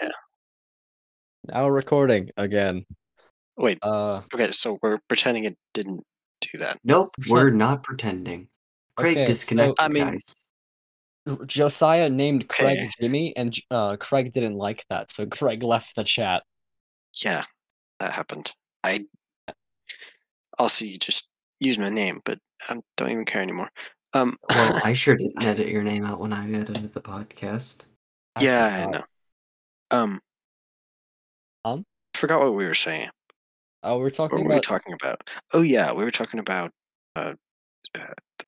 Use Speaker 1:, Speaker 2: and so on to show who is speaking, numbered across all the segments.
Speaker 1: Yeah.
Speaker 2: Now recording again.
Speaker 1: Wait.
Speaker 2: Uh,
Speaker 1: Okay, so we're pretending it didn't do that.
Speaker 3: Nope,
Speaker 2: Percent.
Speaker 3: we're not pretending. Craig
Speaker 2: Okay, so-
Speaker 3: disconnected,
Speaker 1: I mean-
Speaker 3: guys.
Speaker 2: Josiah named Craig
Speaker 1: Okay.
Speaker 2: Jimmy, and uh, Craig didn't like that, so Craig left the chat.
Speaker 1: Yeah, that happened. I also you just use my name, but I don't even care anymore. Um,
Speaker 3: Well, I sure didn't edit your name out when I edited the podcast.
Speaker 2: I
Speaker 1: yeah, I
Speaker 2: forgot.
Speaker 1: know. Um,
Speaker 2: Um?
Speaker 1: forgot what we were saying.
Speaker 2: Oh, we're
Speaker 1: What
Speaker 2: talking
Speaker 1: were we
Speaker 2: about
Speaker 1: talking about? Oh yeah, we were talking about uh, uh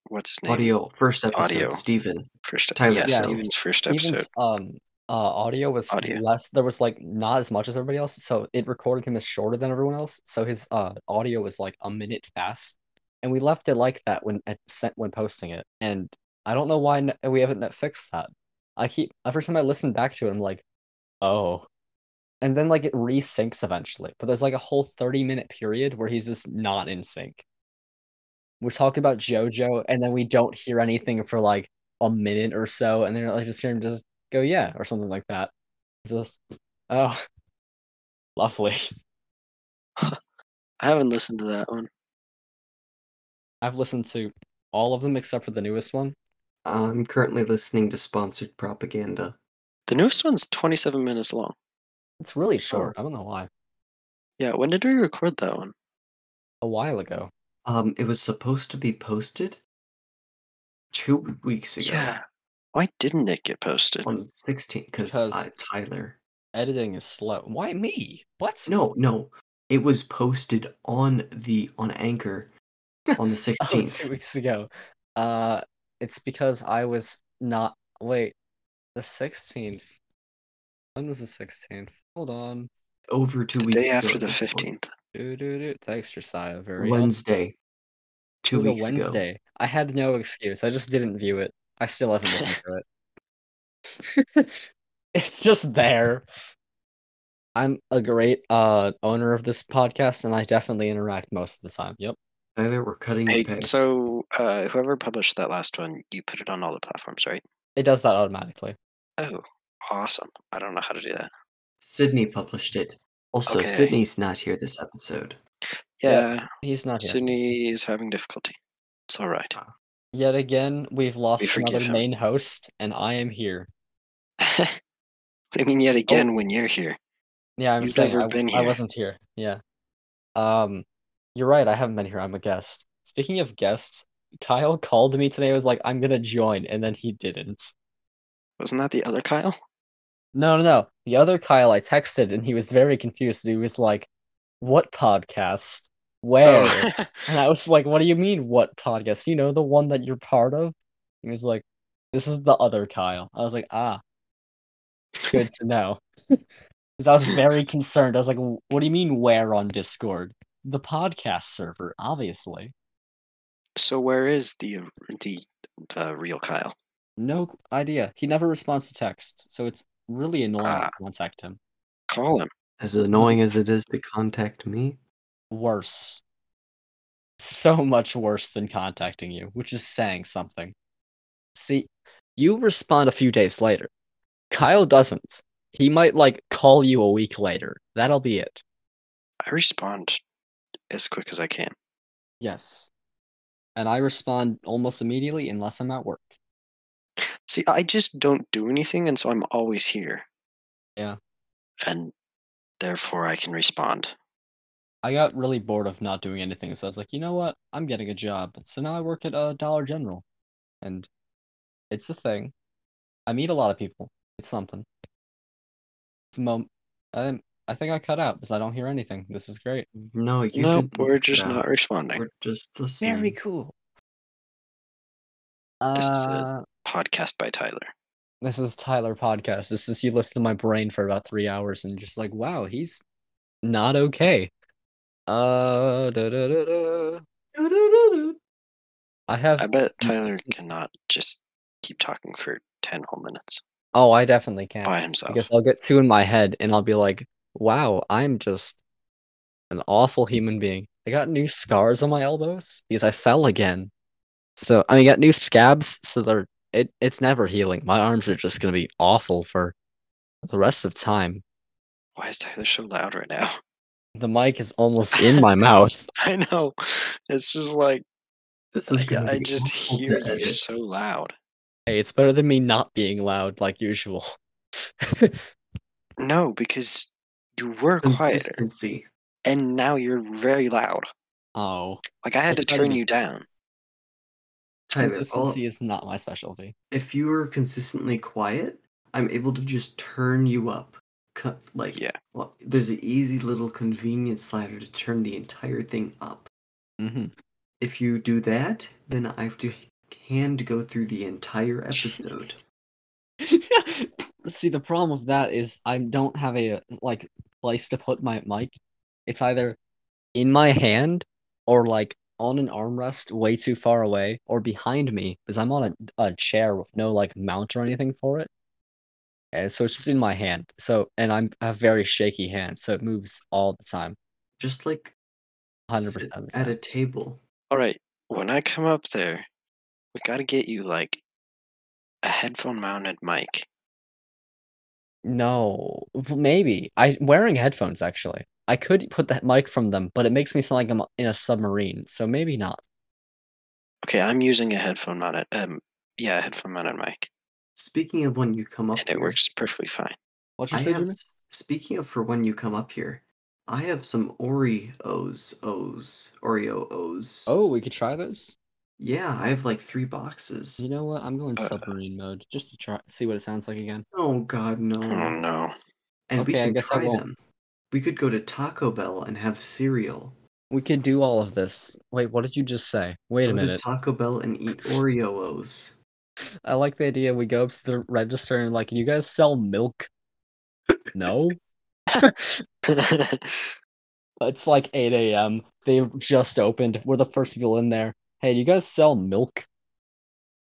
Speaker 1: what's his name?
Speaker 3: Audio first episode,
Speaker 1: Audio.
Speaker 3: Steven.
Speaker 1: First,
Speaker 3: Tyler,
Speaker 1: yeah,
Speaker 2: yeah.
Speaker 1: Steven's first episode.
Speaker 2: Steven's um uh audio was
Speaker 1: Audio.
Speaker 2: less. There was like not as much as everybody else, so it recorded him as shorter than everyone else. So his uh audio was like a minute fast, and we left it like that when it sent when posting it. And I don't know why n- we haven't net fixed that. I keep every time I listen back to it, I'm like, oh. And then like it resyncs eventually, but there's like a whole 30 minute period where he's just not in sync. We're talking about JoJo, and then we don't hear anything for like a minute or so, and then I just hear him just go yeah or something like that. It's Just oh, lovely.
Speaker 1: I haven't listened to that one.
Speaker 2: I've listened to all of them except for the newest one.
Speaker 3: I'm currently listening to sponsored propaganda.
Speaker 1: The newest one's 27 minutes long.
Speaker 2: It's really short. I don't know why.
Speaker 1: Yeah, when did we record that one?
Speaker 2: A while ago.
Speaker 3: Um, it was supposed to be posted two weeks ago
Speaker 1: Yeah. Why didn't it get posted?
Speaker 3: on the 16th because
Speaker 2: Because-
Speaker 3: uh, Tyler.
Speaker 2: Editing is slow. Why me? What?
Speaker 3: No, no, it was posted on the on Anchor on the
Speaker 2: Oh, two
Speaker 3: 16th.
Speaker 2: weeks ago. Uh, it's because I was not. Wait, the sixteenth. When was the sixteenth? Hold on.
Speaker 3: over two
Speaker 1: The
Speaker 3: weeks
Speaker 1: day after
Speaker 3: ago
Speaker 1: the
Speaker 3: at this point.
Speaker 1: 15th.
Speaker 2: Do, do, do. Thanks, Josiah. Very helpful.
Speaker 3: Wednesday.
Speaker 2: it
Speaker 3: Two
Speaker 2: was a
Speaker 3: weeks ago.
Speaker 2: Wednesday. I had no excuse. I just didn't view it. I still haven't listened to it. it's just there. I'm a great uh owner of this podcast and I definitely interact most of the time. Yep.
Speaker 3: Tyler, we're cutting
Speaker 1: Hey,
Speaker 3: your pay.
Speaker 1: so uh, whoever published that last one, you put it on all the platforms, right?
Speaker 2: It does that automatically.
Speaker 1: Oh, awesome. I don't know how to do that.
Speaker 3: Sydney published it. Also,
Speaker 1: Okay.
Speaker 3: Sydney's not here this episode.
Speaker 2: Yeah,
Speaker 1: Yeah,
Speaker 2: He's not here.
Speaker 1: Sydney is having difficulty. It's all right.
Speaker 2: Yet again, we've lost
Speaker 1: forgive
Speaker 2: another
Speaker 1: him.
Speaker 2: main host and I am here.
Speaker 1: what do you mean
Speaker 3: Oh.
Speaker 1: yet again when you're here?
Speaker 2: Yeah, I'm
Speaker 1: You've
Speaker 2: saying
Speaker 1: never
Speaker 2: I,
Speaker 1: been
Speaker 2: I
Speaker 1: here.
Speaker 2: wasn't here. Yeah. Um, you're right. I haven't been here. I'm a guest. Speaking of guests, Kyle called me today. Was like, I'm gonna join, and then he didn't.
Speaker 1: Wasn't that the other Kyle?
Speaker 2: No, no, no. The other Kyle I texted, and he was very confused. He was like, "What podcast? Where?"
Speaker 1: Oh.
Speaker 2: And I was like, "What do you mean, what podcast? You know, the one that you're part of?" He was like, "This is the other Kyle." I was like, "Ah, good to know." Because I was very concerned. I was like, "W- "What do you mean, where on Discord?" The podcast server, obviously.
Speaker 1: so where is the the uh, real Kyle?
Speaker 2: No c- idea. He never responds to texts, so it's really annoying to
Speaker 1: Ah.
Speaker 2: contact him.
Speaker 1: Call him.
Speaker 3: As annoying as it is to contact me,
Speaker 2: Worse. So much worse than contacting you, which is saying something. See, you respond a few days later. Kyle doesn't. He might like call you a week later. That'll be it.
Speaker 1: I respond as quick as I can.
Speaker 2: Yes. And I respond almost immediately unless I'm at work.
Speaker 1: See, I just don't do anything, and so I'm always here.
Speaker 2: Yeah.
Speaker 1: And therefore, I can respond.
Speaker 2: I got really bored of not doing anything, so I was like, you know what? I'm getting a job. So now I work at uh, Dollar General, and it's the thing. I meet a lot of people. It's something. It's a mom- I I think I cut out because I don't hear anything. This is great.
Speaker 3: no, you
Speaker 1: no,
Speaker 3: didn't
Speaker 1: we're
Speaker 3: cut
Speaker 1: just
Speaker 3: out.
Speaker 1: not responding.
Speaker 3: We're just listening.
Speaker 2: Very cool.
Speaker 1: Mm. This is it.
Speaker 2: Uh,
Speaker 1: Podcast by Tyler.
Speaker 2: this is Tyler podcast. This is you listen to my brain for about three hours and just like, wow, he's not okay. Uh, da, da, da, da.
Speaker 3: cool.
Speaker 2: I have
Speaker 1: I bet Tyler cannot just keep talking for 10 whole minutes
Speaker 2: Oh, I definitely can.
Speaker 1: by himself.
Speaker 2: Because I'll get two in my head and I'll be like, wow, I'm just an awful human being. I got new scars on my elbows because I fell again. So I mean, got new scabs, so they're it, it's never healing. My arms are just gonna be awful for The rest of time,
Speaker 1: Why is Tyler so loud right now?
Speaker 2: the mic is almost in my mouth.
Speaker 1: I know. It's just like
Speaker 3: This
Speaker 1: I,
Speaker 3: gonna
Speaker 1: Uh, I
Speaker 3: be
Speaker 1: just
Speaker 3: awful to
Speaker 1: hear you
Speaker 3: edit.
Speaker 1: so loud.
Speaker 2: Hey, it's better than me not being loud like usual.
Speaker 1: No, because you were quieter
Speaker 3: Consistency.
Speaker 1: and now you're very loud.
Speaker 2: oh,
Speaker 1: Like I had
Speaker 2: I
Speaker 1: to
Speaker 2: tried
Speaker 1: turn
Speaker 2: to-
Speaker 1: you down.
Speaker 3: Tyler, all,
Speaker 2: consistency is not my specialty.
Speaker 3: if you are consistently quiet, I'm able to just turn you up. Cut like
Speaker 1: Yeah.
Speaker 3: Well, there's an easy little convenience slider to turn the entire thing up.
Speaker 2: hmm
Speaker 3: If you do that, then I have to hand go through the entire episode.
Speaker 2: See, the problem with that is I don't have a like place to put my mic. It's either in my hand or like on an armrest way too far away or behind me because I'm on a, a chair with no like mount or anything for it. And so it's just in my hand. So and I'm I have very shaky hands, so it moves all the time.
Speaker 3: just like
Speaker 2: Hundred
Speaker 3: sit
Speaker 2: percent of the
Speaker 3: at
Speaker 2: time.
Speaker 3: a table.
Speaker 1: All right, when I come up there, we got to get you like a headphone mounted mic.
Speaker 2: No, w- maybe. I wearing headphones actually. I could put that mic from them, but it makes me sound like I'm in a submarine, so maybe not.
Speaker 1: Okay, I'm using a headphone mounted um yeah, a headphone mounted mic.
Speaker 3: Speaking of when you come up
Speaker 1: And it
Speaker 3: here,
Speaker 1: works perfectly fine.
Speaker 2: What you
Speaker 3: I
Speaker 2: say,
Speaker 3: have,
Speaker 2: Jimmy?
Speaker 3: speaking of for when you come up here, I have some Oreos, O's, Oreo O's.
Speaker 2: Oh, we could try those.
Speaker 3: Yeah, I have like three boxes.
Speaker 2: You know what? I'm going
Speaker 1: Uh,
Speaker 2: submarine mode just to try see what it sounds like again.
Speaker 3: Oh God, no!
Speaker 1: Oh no.
Speaker 3: And we
Speaker 2: okay, I
Speaker 3: can
Speaker 2: guess I
Speaker 3: try
Speaker 2: won't.
Speaker 3: them. We could go to Taco Bell and have cereal.
Speaker 2: We could do all of this. Wait, what did you just say? Wait a
Speaker 3: go
Speaker 2: minute.
Speaker 3: to Taco Bell and eat Oreos.
Speaker 2: I like the idea we go up to the register and like, you guys sell milk? No. It's like 8 a.m. They've just opened. We're the first people in there. Hey, do you guys sell milk?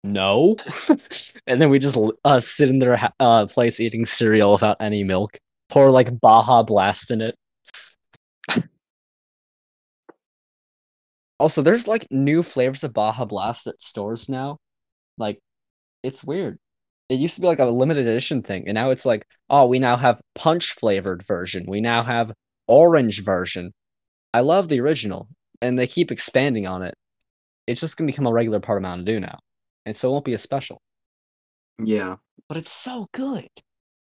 Speaker 2: No. and then we just l- uh, sit in their ha- uh, place eating cereal without any milk. Pour like Baja Blast in it. also, there's like new flavors of Baja Blast at stores now. Like, it's weird. It used to be like a limited edition thing, and now it's like, oh, we now have punch flavored version. We now have orange version. I love the original, and they keep expanding on it. It's just gonna become a regular part of Mountain Dew now, and so it won't be a special.
Speaker 3: Yeah.
Speaker 2: But it's so good.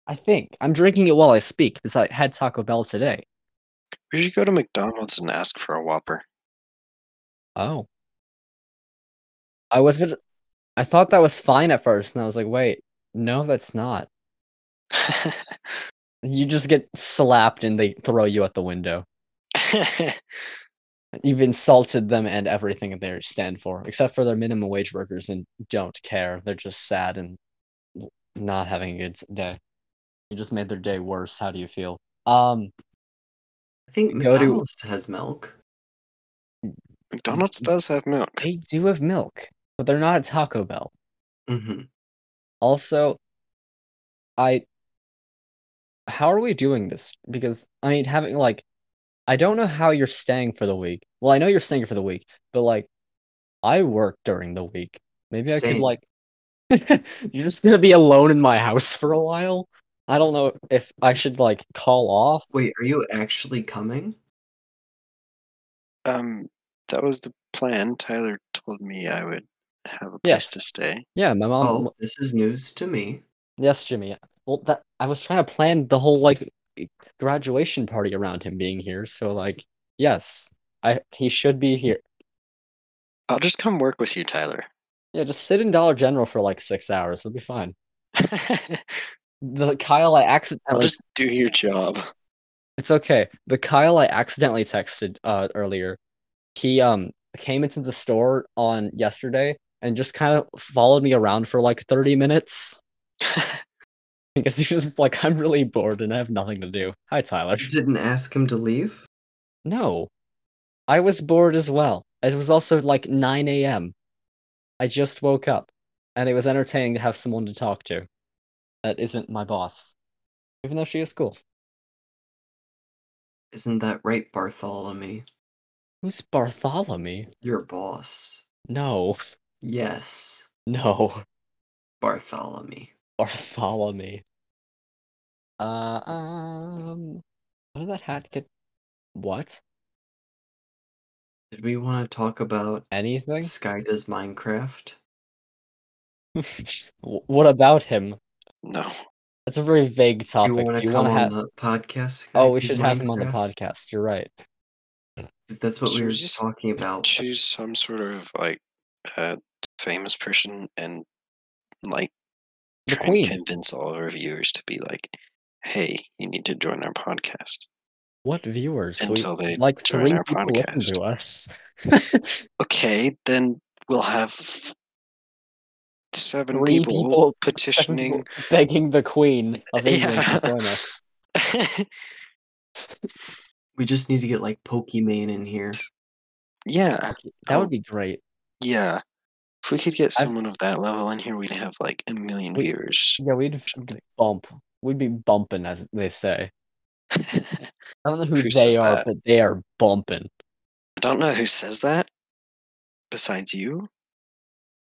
Speaker 2: I think I'm drinking it while I speak because I had Taco Bell today.
Speaker 1: we should go to McDonald's and ask for a Whopper.
Speaker 2: Oh, I was gonna. I thought that was fine at first, and I was like, wait, no, that's not. You just get slapped and they throw you out the window. You've insulted them and everything that they stand for, except for their minimum wage workers and don't care. They're just sad and w- not having a good s- day. You just made their day worse. How do you feel? Um,
Speaker 3: I think
Speaker 2: Go to-
Speaker 3: McDonald's has milk.
Speaker 1: McDonald's
Speaker 2: Mm-hmm.
Speaker 1: does have milk.
Speaker 2: they do have milk, but they're not at Taco Bell.
Speaker 3: Mm-hmm.
Speaker 2: Also, I how are we doing this? Because I mean, having like, I don't know how you're staying for the week. Well, I know you're staying for the week, but like, I work during the week. Maybe I could
Speaker 3: Same.
Speaker 2: like, you're just gonna be alone in my house for a while. I don't know if I should like call off.
Speaker 3: Wait, are you actually coming?
Speaker 1: Um that was the plan. Tyler told me I would have a place
Speaker 2: Yes.
Speaker 1: to stay.
Speaker 2: Yeah, my mom.
Speaker 3: oh, this is news to me.
Speaker 2: Yes, Jimmy. Well, that I was trying to plan the whole like graduation party around him being here. So like, yes, I he should be here.
Speaker 1: I'll just come work with you, Tyler.
Speaker 2: Yeah, just sit in Dollar General for like six hours. It'll be fine. The Kyle I
Speaker 1: I'll
Speaker 2: accidentally
Speaker 1: just do your job.
Speaker 2: it's okay. The Kyle I accidentally texted uh earlier. He um came into the store on yesterday and just kind of followed me around for like 30 minutes because he was like, I'm really bored and I have nothing to do. Hi, Tyler.
Speaker 3: You didn't ask him to leave?
Speaker 2: No, I was bored as well. It was also like 9 a.m. I just woke up, and it was entertaining to have someone to talk to that isn't my boss, even though she is cool.
Speaker 3: Isn't that right, Bartholomew?
Speaker 2: Who's Bartholomew?
Speaker 3: Your boss.
Speaker 2: No,
Speaker 3: Yes,
Speaker 2: no,
Speaker 3: Bartholomew.
Speaker 2: Bartholomew. Uh, um, how did that hat get? What?
Speaker 3: Did we want to talk about
Speaker 2: Anything?
Speaker 3: Sky Does Minecraft?
Speaker 2: Wh- what about him?
Speaker 1: No.
Speaker 2: That's a very vague
Speaker 3: Do you
Speaker 2: topic. Do
Speaker 3: want to
Speaker 2: you want
Speaker 3: come
Speaker 2: to have?
Speaker 3: on the podcast? Sky
Speaker 2: Oh, we
Speaker 3: Does
Speaker 2: should have him on the
Speaker 3: Minecraft?
Speaker 2: podcast. You're right.
Speaker 3: 'Cause That's what we
Speaker 1: Should
Speaker 3: were
Speaker 1: we just
Speaker 3: talking about.
Speaker 1: Choose some sort of like uh, famous person and like
Speaker 2: The
Speaker 1: try
Speaker 2: Queen.
Speaker 1: and convince all of our viewers to be like, "Hey, you need to join our podcast."
Speaker 2: What viewers? So we-
Speaker 1: Until they
Speaker 2: like
Speaker 1: join
Speaker 2: three
Speaker 1: our
Speaker 2: people listen to us.
Speaker 1: Okay, then we'll have seven
Speaker 2: Three
Speaker 1: people,
Speaker 2: people-
Speaker 1: petitioning.
Speaker 2: Begging the Queen of England
Speaker 1: Yeah.
Speaker 2: to join us.
Speaker 3: We just need to get like Pokimane in here.
Speaker 1: yeah,
Speaker 2: Fuck it. That
Speaker 1: Oh.
Speaker 2: would be great.
Speaker 1: yeah. If we could get
Speaker 2: I've-
Speaker 1: someone of that level in here, we'd have like a million
Speaker 2: We-
Speaker 1: viewers.
Speaker 2: Yeah, we'd f-
Speaker 1: Something.
Speaker 2: bump. We'd be bumping, as they say.
Speaker 1: I
Speaker 2: I don't know who
Speaker 1: Who
Speaker 2: they
Speaker 1: says
Speaker 2: are,
Speaker 1: that?
Speaker 2: but they are bumping.
Speaker 1: don't know who says that besides you.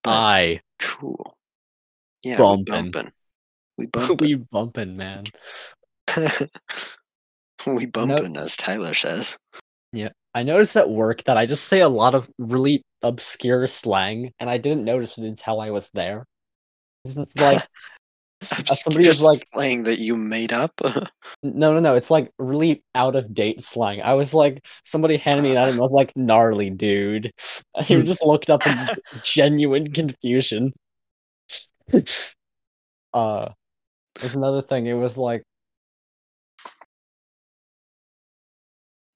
Speaker 1: But-
Speaker 2: I
Speaker 1: Cool. Yeah, we
Speaker 2: Bumpin'.
Speaker 1: bumping. We bumping.
Speaker 2: we bumping, man.
Speaker 1: we bumping, as Tyler says.
Speaker 2: I noticed at work that I just say a lot of really obscure slang, and I didn't notice it until I was there. It's just like uh, somebody was like,
Speaker 1: playing that you made up.
Speaker 2: "No, no, no!" It's like really out of date slang. I was like, somebody handed me that, and I was like, "Gnarly, dude!" He
Speaker 3: Hmm.
Speaker 2: just looked up in genuine confusion. uh, there's another thing. It was like.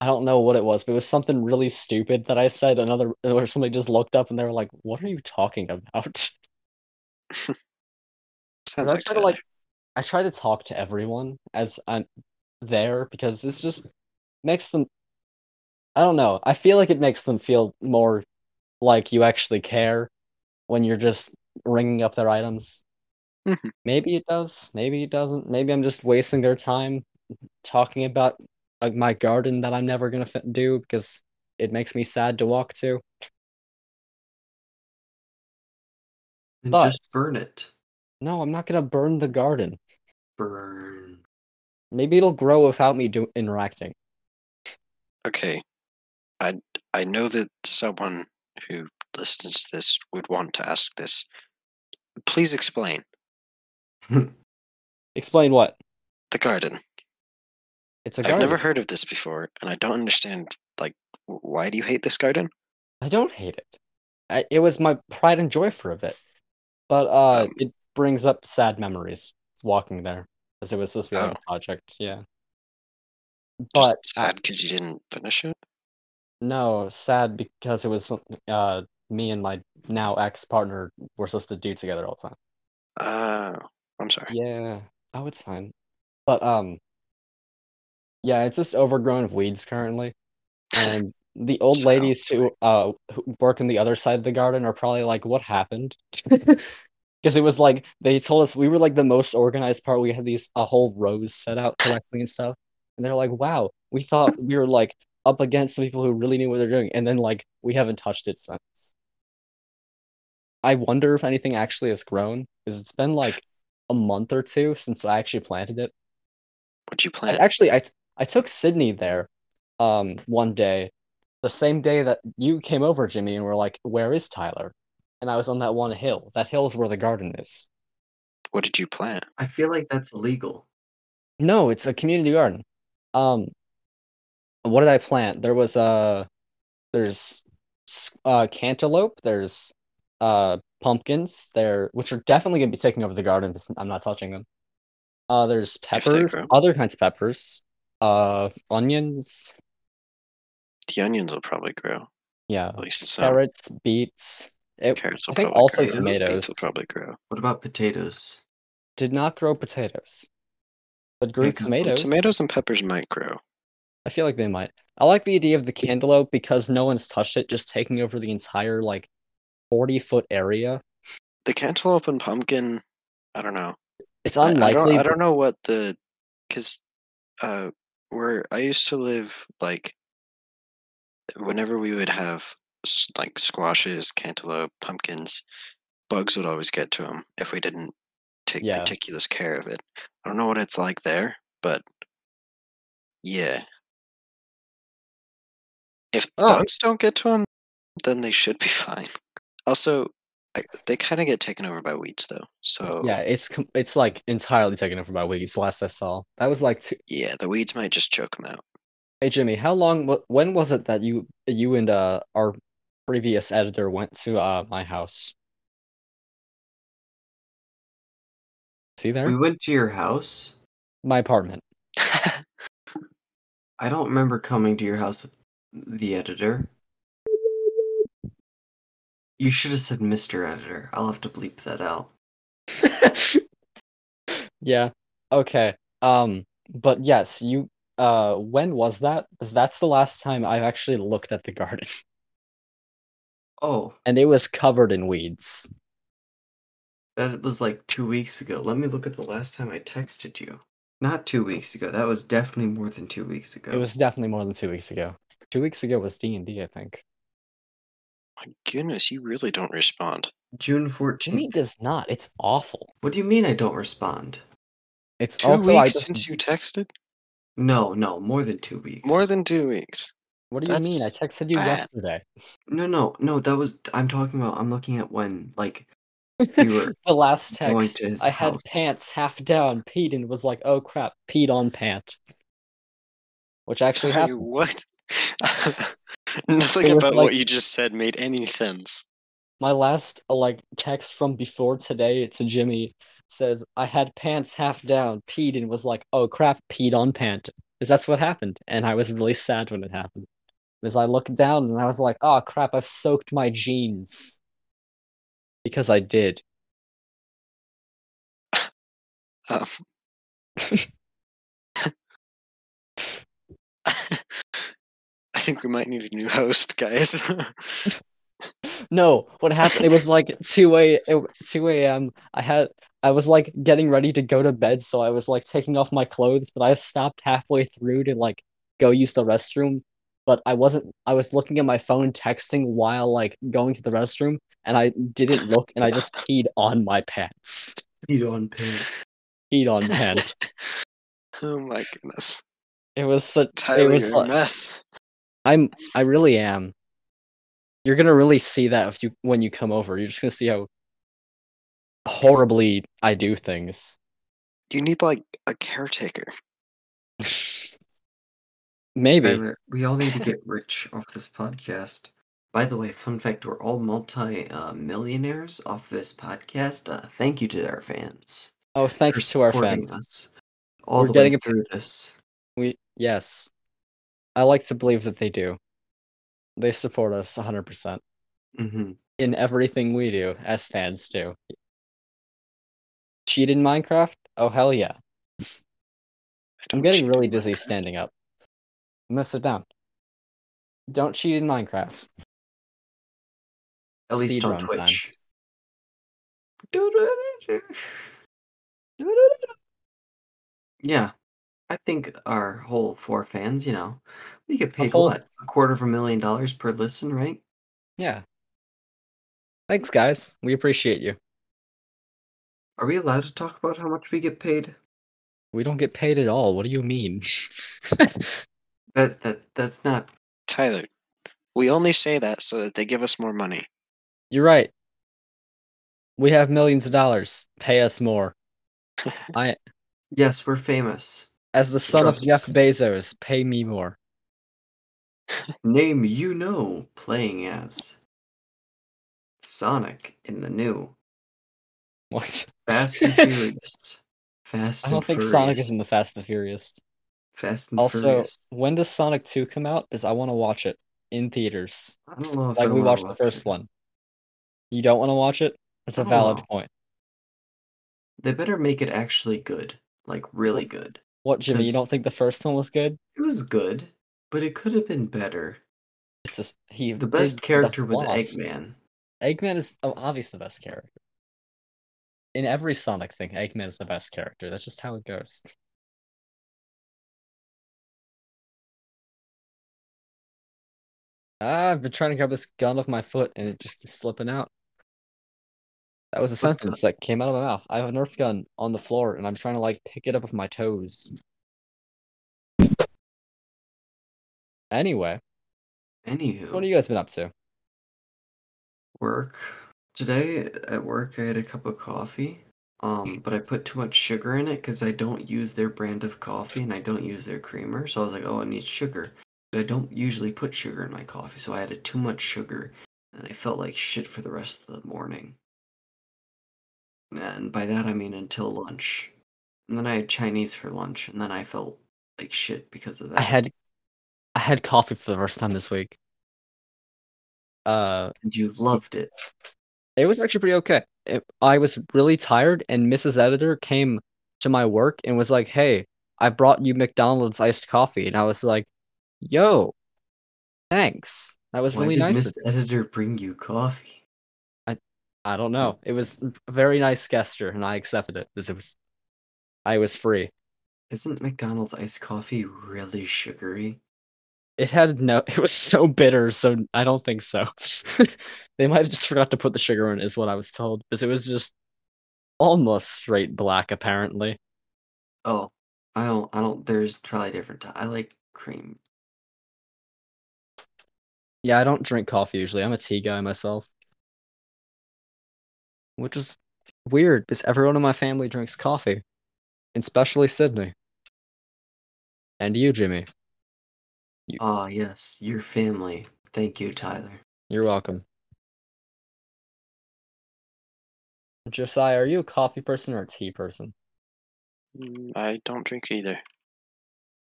Speaker 2: I don't know what it was, but it was something really stupid that I said. Another, or somebody just looked up and they were like, "What are you talking about?"
Speaker 1: Sounds
Speaker 2: I
Speaker 1: like,
Speaker 2: try to like, I try to talk to everyone as I'm there because this just makes them. I don't know. I feel like it makes them feel more like you actually care when you're just ringing up their items.
Speaker 1: Mhm.
Speaker 2: Maybe it does. Maybe it doesn't. Maybe I'm just wasting their time talking about like my garden that I'm never gonna fi- do because it makes me sad to walk to.
Speaker 3: And
Speaker 2: But-
Speaker 3: just burn it.
Speaker 2: No, I'm not gonna burn the garden.
Speaker 3: Burn.
Speaker 2: Maybe it'll grow without me do- interacting.
Speaker 1: okay. I I know that someone who listens to this would want to ask this. Please explain
Speaker 2: Explain what.
Speaker 1: the garden.
Speaker 2: It's a
Speaker 1: I've
Speaker 2: garden.
Speaker 1: never heard of this before, and I don't understand. Like, w- why do you hate this garden?
Speaker 2: I don't hate it. I, it was my pride and joy for a bit, but uh,
Speaker 1: Um,
Speaker 2: it brings up sad memories walking there because it was supposed to be like
Speaker 1: Oh.
Speaker 2: a project. Yeah, but
Speaker 1: Just
Speaker 2: uh,
Speaker 1: sad because you didn't finish it.
Speaker 2: no, sad because it was something, uh, me and my now ex partner were supposed to do together all the time.
Speaker 1: Oh, I'm sorry.
Speaker 2: Yeah. Oh, it's fine. But um yeah, it's just overgrown with weeds currently. And the old ladies
Speaker 1: Sounds
Speaker 2: who uh who work on the other side of the garden are probably like, what happened? Because it was like they told us we were like the most organized part. We had these a whole rows set out correctly and stuff. And they're like, wow, we thought we were like up against the people who really knew what they're doing, and then like we haven't touched it since. I wonder if anything actually has grown, because it's been like a month or two since I actually planted it.
Speaker 1: Would you
Speaker 2: I,
Speaker 1: plant?
Speaker 2: actually, I I took Sydney there, um, one day, the same day that you came over, Jimmy, and were like, "Where is Tyler?" And I was on that one hill. That hill's where the garden is.
Speaker 1: What did you plant?
Speaker 3: I feel like that's illegal.
Speaker 2: No, it's a community garden. Um, what did I plant? There was uh there's s- uh cantaloupe. There's uh pumpkins. There, which are definitely gonna be taking over the garden because I'm not touching them. Uh, there's
Speaker 1: If they
Speaker 2: peppers,
Speaker 1: grow.
Speaker 2: other kinds of peppers, uh, onions.
Speaker 1: The onions will probably grow.
Speaker 2: Yeah,
Speaker 1: At least some.
Speaker 2: carrots, beets. It
Speaker 1: Carrots will
Speaker 2: I think
Speaker 1: probably
Speaker 2: also
Speaker 1: grow.
Speaker 2: tomatoes.
Speaker 1: Beets will probably grow.
Speaker 3: What about potatoes?
Speaker 2: did not grow potatoes, but grew
Speaker 3: Because the
Speaker 2: tomatoes.
Speaker 1: Tomatoes and peppers might grow.
Speaker 2: I feel like they might. I like the idea of the cantaloupe because no one's touched it, just taking over the entire like forty foot area.
Speaker 1: The cantaloupe and pumpkin, I don't know.
Speaker 2: It's
Speaker 1: I- I,
Speaker 2: unlikely.
Speaker 1: don't, I
Speaker 2: but-
Speaker 1: don't know what the because uh where I used to live like whenever we would have s- like squashes, cantaloupe, pumpkins, bugs would always get to them if we didn't take
Speaker 2: Yeah.
Speaker 1: meticulous care of it. I don't know what it's like there, but yeah. If
Speaker 2: Oh.
Speaker 1: bugs don't get to them, then they should be fine. Also, I, they kind of get taken over by weeds, though. So yeah.
Speaker 2: Yeah, it's com- it's like entirely taken over by weeds. Last I saw, that was like two-
Speaker 1: the weeds might just choke them out.
Speaker 2: Hey Jimmy, how long? wa- When was it that you you and uh, our previous editor went to uh, my house? See
Speaker 3: We
Speaker 2: there,
Speaker 3: went to your house.
Speaker 2: my apartment.
Speaker 3: I don't remember coming to your house with the editor. You should have said Mr. Editor. I'll have to bleep that out.
Speaker 2: Yeah. Okay. Um. But yes, you. Uh. When was that? 'Cause that's the last time I've actually looked at the garden,
Speaker 3: Oh,
Speaker 2: and it was covered in weeds.
Speaker 3: that was like two weeks ago. Let me look at the last time I texted you. Not two weeks ago. That was definitely more than two weeks ago.
Speaker 2: It was definitely more than two weeks ago. Two weeks ago was D and D, I think.
Speaker 1: My goodness, you really don't respond.
Speaker 3: June 14th.
Speaker 2: Jimmy does not. It's awful.
Speaker 3: What do you mean I don't respond?
Speaker 2: It's
Speaker 1: Two
Speaker 2: also
Speaker 1: weeks
Speaker 2: I just
Speaker 1: since you texted?
Speaker 3: No, no, more than two weeks.
Speaker 1: More than two weeks.
Speaker 2: What do you mean? I
Speaker 1: That's
Speaker 2: texted you
Speaker 1: bad.
Speaker 2: yesterday.
Speaker 3: No, no, no. That was. I'm talking about. I'm looking at when. Like we were
Speaker 2: the last
Speaker 3: going
Speaker 2: text.
Speaker 3: to his
Speaker 2: I had
Speaker 3: house.
Speaker 2: pants half down, peed, and was like, oh crap, peed on pant. Which actually
Speaker 1: Are you
Speaker 2: happened.
Speaker 1: what? Nothing
Speaker 2: It was
Speaker 1: about
Speaker 2: like-
Speaker 1: what you just said made any sense.
Speaker 2: My last uh, like text from before today to Jimmy says, I had pants half down, peed, and was like, oh crap, peed on pant. Because that's what happened. And I was really sad when it happened. Because I looked down and I was like, oh crap, I've soaked my jeans. Because I did.
Speaker 1: Um, I think we might need a new host, guys.
Speaker 2: No, what happened? It was like 2 a it w- 2 a.m. I had I was like getting ready to go to bed, so I was like taking off my clothes, but I stopped halfway through to like go use the restroom. But I wasn't I was looking at my phone texting while like going to the restroom and I didn't look and I just peed on my pants.
Speaker 3: You don't pay.
Speaker 2: Peed on pants.
Speaker 1: oh my goodness,
Speaker 2: It was such it
Speaker 1: Tyler,
Speaker 2: was
Speaker 1: you're a
Speaker 2: like,
Speaker 1: mess.
Speaker 2: I'm I really am. You're gonna really see that if you when you come over. You're just gonna see how horribly I do things.
Speaker 1: You need like a caretaker.
Speaker 2: Maybe.
Speaker 3: Tyler, we all need to get rich off this podcast. By the way, fun fact: we're all multi uh, millionaires off this podcast. Uh, thank you to our fans.
Speaker 2: Oh,
Speaker 3: for
Speaker 2: thanks to our
Speaker 3: supporting
Speaker 2: fans.
Speaker 3: us all
Speaker 2: We're
Speaker 3: the
Speaker 2: getting
Speaker 3: way
Speaker 2: a-
Speaker 3: through this.
Speaker 2: We yes. I like to believe that they do. They support us 100%
Speaker 3: hmm
Speaker 2: in everything we do as fans do. Cheat in Minecraft? Oh hell yeah.
Speaker 1: I
Speaker 2: I'm
Speaker 1: don't
Speaker 2: getting
Speaker 1: cheat
Speaker 2: really
Speaker 1: in
Speaker 2: dizzy
Speaker 1: Minecraft.
Speaker 2: standing up. I'm gonna sit down. Don't cheat in Minecraft.
Speaker 3: At least on
Speaker 2: Speedrun time.
Speaker 3: Twitch. Yeah, I think our whole four fans, you know, we get paid
Speaker 2: whole-
Speaker 3: what a quarter of a million dollars per listen, right?
Speaker 2: Yeah. Thanks guys. We appreciate you.
Speaker 3: Are we allowed to talk about how much we get paid?
Speaker 2: We don't get paid at all. What do you mean?
Speaker 3: That that that's not
Speaker 1: Tyler, we only say that so that they give us more money.
Speaker 2: You're right. We have millions of dollars. Pay us more. I,
Speaker 3: Yes, we're famous.
Speaker 2: as the son of
Speaker 3: Trust
Speaker 2: Jeff
Speaker 3: us.
Speaker 2: Bezos, pay me more.
Speaker 3: Name you know playing as Sonic in the new
Speaker 2: What?
Speaker 3: Fast and Furious. Fast
Speaker 2: I don't
Speaker 3: and
Speaker 2: think
Speaker 3: Furious.
Speaker 2: Sonic is in the Fast and the Furious.
Speaker 3: Fast and
Speaker 2: Also,
Speaker 3: Furious.
Speaker 2: when does Sonic 2 come out? Because I want to watch it in theaters.
Speaker 3: I don't know if
Speaker 2: Like
Speaker 3: I
Speaker 2: we
Speaker 3: wanna
Speaker 2: watched the
Speaker 3: watch
Speaker 2: first
Speaker 3: it.
Speaker 2: one. You don't want to watch it? That's a
Speaker 3: I don't
Speaker 2: valid
Speaker 3: know.
Speaker 2: point.
Speaker 3: They better make it actually good, like really good.
Speaker 2: What, Jimmy, you
Speaker 3: Because-
Speaker 2: don't think the first one was good?
Speaker 3: It was good, but it could have been better.
Speaker 2: It's just he
Speaker 3: The
Speaker 2: did
Speaker 3: best character was
Speaker 2: flaws.
Speaker 3: Eggman.
Speaker 2: Eggman is oh, obviously the best character. In every Sonic thing, Eggman is the best character. That's just how it goes. Ah, I've been trying to grab this gun off my foot and it just keeps slipping out. That was a sentence that came out of my mouth. I have a Nerf gun on the floor and I'm trying to like pick it up with my toes. Anyway,
Speaker 3: Anywho,
Speaker 2: what have you guys been up to?
Speaker 3: work today at work. I had a cup of coffee,
Speaker 2: Mm.
Speaker 3: um, but I put too much sugar in it because I don't use their brand of coffee and I don't use their creamer. So I was like, oh, it needs sugar, but I don't usually put sugar in my coffee, so I added too much sugar, and I felt like shit for the rest of the morning. And by that I mean until lunch, and then I had Chinese for lunch, and then I felt like shit because of that.
Speaker 2: I had I had coffee for the first time this week. Uh
Speaker 3: and you loved it.
Speaker 2: it was actually pretty okay. It, I was really tired, and Mrs. Editor came to my work and was like, "Hey, I brought you McDonald's iced coffee," and I was like, "Yo, thanks. That was
Speaker 3: Why
Speaker 2: really
Speaker 3: did
Speaker 2: nice."
Speaker 3: Miss
Speaker 2: of-
Speaker 3: Editor bring you coffee?
Speaker 2: I don't know. It was a very nice gesture, and I accepted it because it was, I was free.
Speaker 3: Isn't McDonald's iced coffee really sugary?
Speaker 2: It had no. It was so bitter, so I don't think so. they might have just forgot to put the sugar in, is what I was told, because it was just almost straight black, apparently.
Speaker 3: Oh, I don't. I don't. There's probably different. T- I like cream.
Speaker 2: Yeah, I don't drink coffee usually. I'm a tea guy myself. Which is weird because everyone in my family drinks coffee, and especially Sydney. And you, Jimmy.
Speaker 3: Ah, yes, your family. Thank you, Tyler.
Speaker 2: You're welcome. Josiah, are you a coffee person or a tea person? Mm.
Speaker 1: I don't drink either.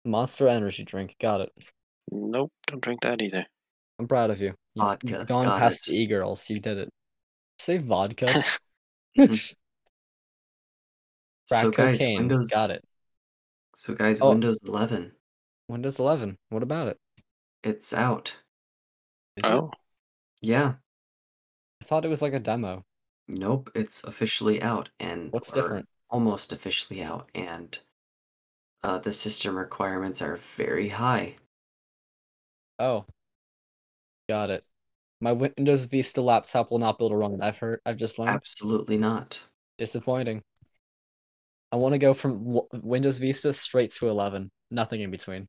Speaker 2: Monster Energy drink. Got it.
Speaker 1: Nope, don't drink that either.
Speaker 2: I'm proud of you. You've, you've
Speaker 3: Vodka,
Speaker 2: gone
Speaker 3: got
Speaker 2: past
Speaker 3: it.
Speaker 2: the e girls. You did it. Say vodka. Crack
Speaker 3: so guys,
Speaker 2: cocaine.
Speaker 3: Windows.
Speaker 2: Got it.
Speaker 3: So guys,
Speaker 2: Oh.
Speaker 3: Windows 11.
Speaker 2: Windows 11. What about it?
Speaker 3: It's out.
Speaker 2: Is it?
Speaker 1: Oh,
Speaker 3: Yeah.
Speaker 2: I thought it was like a demo.
Speaker 3: Nope. It's officially out, and
Speaker 2: What's
Speaker 3: or
Speaker 2: different?
Speaker 3: Almost officially out, and uh, the system requirements are very high.
Speaker 2: Oh, got it. My Windows Vista laptop will not be able to run it. I've heard. I've just learned.
Speaker 3: Ah. Absolutely not.
Speaker 2: Disappointing. I want to go from w- Windows Vista straight to 11. Nothing in between.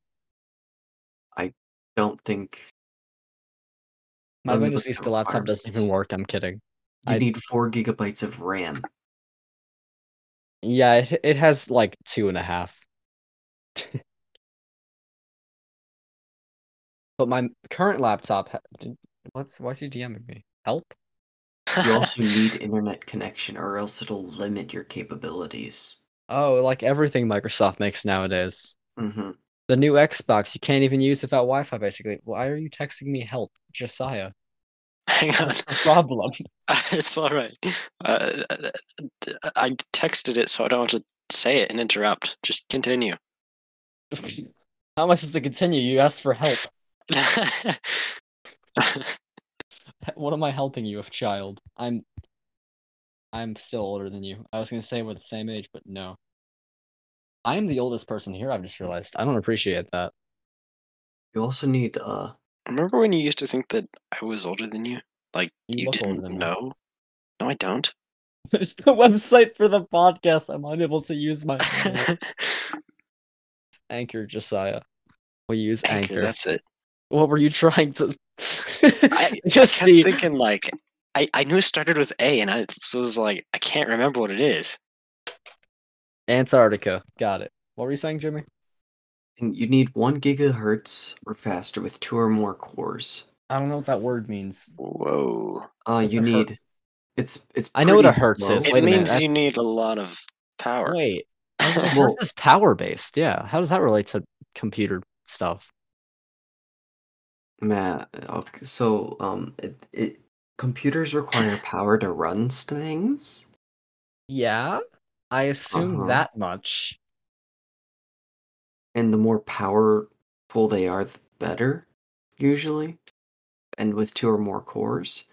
Speaker 3: Don't think
Speaker 2: My
Speaker 3: Let me
Speaker 2: Windows
Speaker 3: look at the
Speaker 2: Vista laptop doesn't
Speaker 3: requirements.
Speaker 2: even work. I'm kidding.
Speaker 3: You
Speaker 2: I-
Speaker 3: need four gigabytes of RAM.
Speaker 2: Yeah, it, it has like two and a half. but my current laptop. Ha- did- what's why is he DMing me? Help?
Speaker 3: You also need internet connection, or else it'll limit your capabilities.
Speaker 2: Oh, like everything Microsoft makes nowadays.
Speaker 3: Mm-hmm.
Speaker 2: The new Xbox you can't even use without Wi-Fi. Basically, why are you texting me? Help, Josiah.
Speaker 1: hang on.
Speaker 2: Problem.
Speaker 1: it's all right. Uh, I texted it, so I don't have to say it and interrupt. Just continue.
Speaker 2: How am I supposed to continue? You asked for help. What am I helping you with, child? I'm I'm still older than you. I was gonna say we're the same age, but no. I am the oldest person here, I've just realized. I don't appreciate that.
Speaker 3: You also need uh.
Speaker 1: Remember when you used to think that I was older than you? Like
Speaker 2: You
Speaker 1: you,
Speaker 2: look older
Speaker 1: didn't
Speaker 2: than me.
Speaker 1: know? No, I don't.
Speaker 2: There's no website for the podcast. I'm unable to use my anchor, Josiah. We use
Speaker 1: Anchor,
Speaker 2: anchor.
Speaker 1: that's it.
Speaker 2: What were you trying to
Speaker 1: I
Speaker 2: just
Speaker 1: kept
Speaker 2: see?
Speaker 1: thinking like I, I knew it started with A, and I so it was like I can't remember what it is.
Speaker 2: Antarctica. Got it. What were you saying, Jimmy?
Speaker 3: And you need one gigahertz or faster with two or more cores.
Speaker 2: I don't know what that word means.
Speaker 1: Whoa!
Speaker 3: Uh,
Speaker 2: What's
Speaker 3: you
Speaker 2: a her-
Speaker 3: need. It's it's.
Speaker 2: I know what a
Speaker 3: pretty
Speaker 2: hertz is.
Speaker 3: slow.
Speaker 1: It
Speaker 2: Wait a minute,
Speaker 1: means
Speaker 2: that-
Speaker 1: you need a lot of power.
Speaker 2: Wait. How does
Speaker 3: Well-
Speaker 2: this power based? Yeah. How does that relate to computer stuff?
Speaker 3: Matt, okay, so um, it, it computers require power to run things.
Speaker 2: Yeah, I assume
Speaker 3: Uh-huh.
Speaker 2: that much.
Speaker 3: and the more powerful they are, the better, usually. And with two or more cores,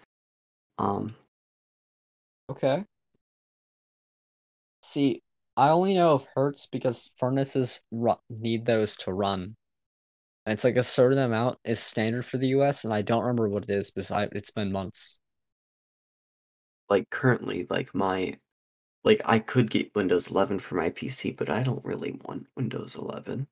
Speaker 3: um,
Speaker 2: Okay. See, I only know of hertz because furnaces ru- need those to run. And it's like a certain amount is standard for the US, and I don't remember what it is because I, it's been months.
Speaker 3: like currently like my like I could get Windows 11 for my PC, but I don't really want Windows 11.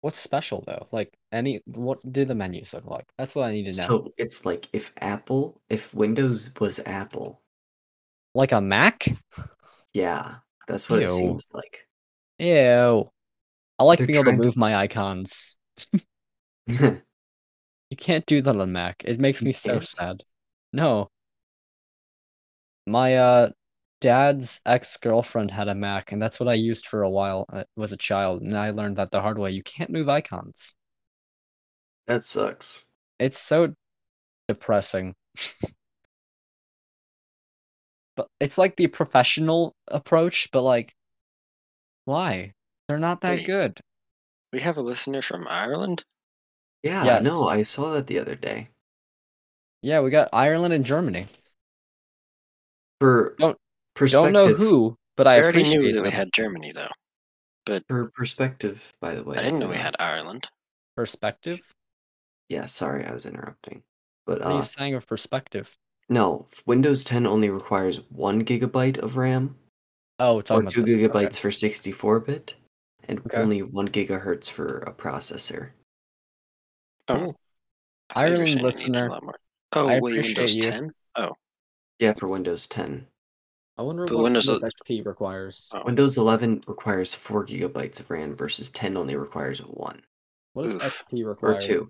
Speaker 2: What's special though? Like any what do the menus look like? That's what I need to know.
Speaker 3: So it's like if Apple, if Windows was Apple,
Speaker 2: like a Mac?
Speaker 3: yeah, that's what
Speaker 2: Ew.
Speaker 3: it seems like.
Speaker 2: Ew. I like
Speaker 3: They're
Speaker 2: being able to
Speaker 3: trying to-
Speaker 2: move my icons.
Speaker 3: you
Speaker 2: You can't do that on Mac. It makes
Speaker 3: You
Speaker 2: me so
Speaker 3: can't?
Speaker 2: sad. No. My uh dad's ex-girlfriend had a Mac, and that's what I used for a while uh, was a child, and I learned that the hard way. You can't move icons.
Speaker 3: That sucks.
Speaker 2: It's so depressing. But it's like the professional approach, but like why? They're not that
Speaker 1: Wait.
Speaker 2: good.
Speaker 1: We have a listener from Ireland.
Speaker 3: Yeah,
Speaker 2: Yes.
Speaker 3: no, I saw that the other day.
Speaker 2: Yeah, we got Ireland and Germany.
Speaker 3: For
Speaker 2: Don't- Don't
Speaker 3: perspective,
Speaker 2: know who, but I
Speaker 1: I already knew
Speaker 2: appreciate
Speaker 1: that we
Speaker 2: them.
Speaker 1: had Germany though.
Speaker 3: For perspective, by the way.
Speaker 1: I
Speaker 3: if
Speaker 1: didn't know
Speaker 3: you're
Speaker 1: we
Speaker 3: not-
Speaker 1: had Ireland.
Speaker 2: perspective.
Speaker 3: Yeah, sorry, I was interrupting. But
Speaker 2: What are
Speaker 3: uh,
Speaker 2: you saying of perspective?
Speaker 3: no, Windows 10 only requires one gigabyte of RAM
Speaker 2: Oh, we're talking
Speaker 3: or
Speaker 2: about
Speaker 3: two
Speaker 2: this. Okay.
Speaker 3: gigabytes for 64 bit, and
Speaker 2: Okay.
Speaker 3: only one gigahertz for a processor.
Speaker 1: Oh,
Speaker 2: Cool.
Speaker 1: I thought you were
Speaker 2: Ireland
Speaker 1: saying we needed a
Speaker 2: listener,
Speaker 1: lot more. Oh,
Speaker 2: I
Speaker 1: wait,
Speaker 2: appreciate
Speaker 1: Windows
Speaker 2: you.
Speaker 1: 10? Oh,
Speaker 3: Yeah, for Windows 10.
Speaker 2: I wonder
Speaker 1: But
Speaker 2: what
Speaker 1: Windows
Speaker 2: Windows,
Speaker 1: does-
Speaker 2: XP requires.
Speaker 1: Oh.
Speaker 3: Windows 11 requires 4 gigabytes of RAM versus 10 only requires 1
Speaker 2: What does
Speaker 1: oof.
Speaker 2: XP
Speaker 3: or
Speaker 2: require?
Speaker 3: 2.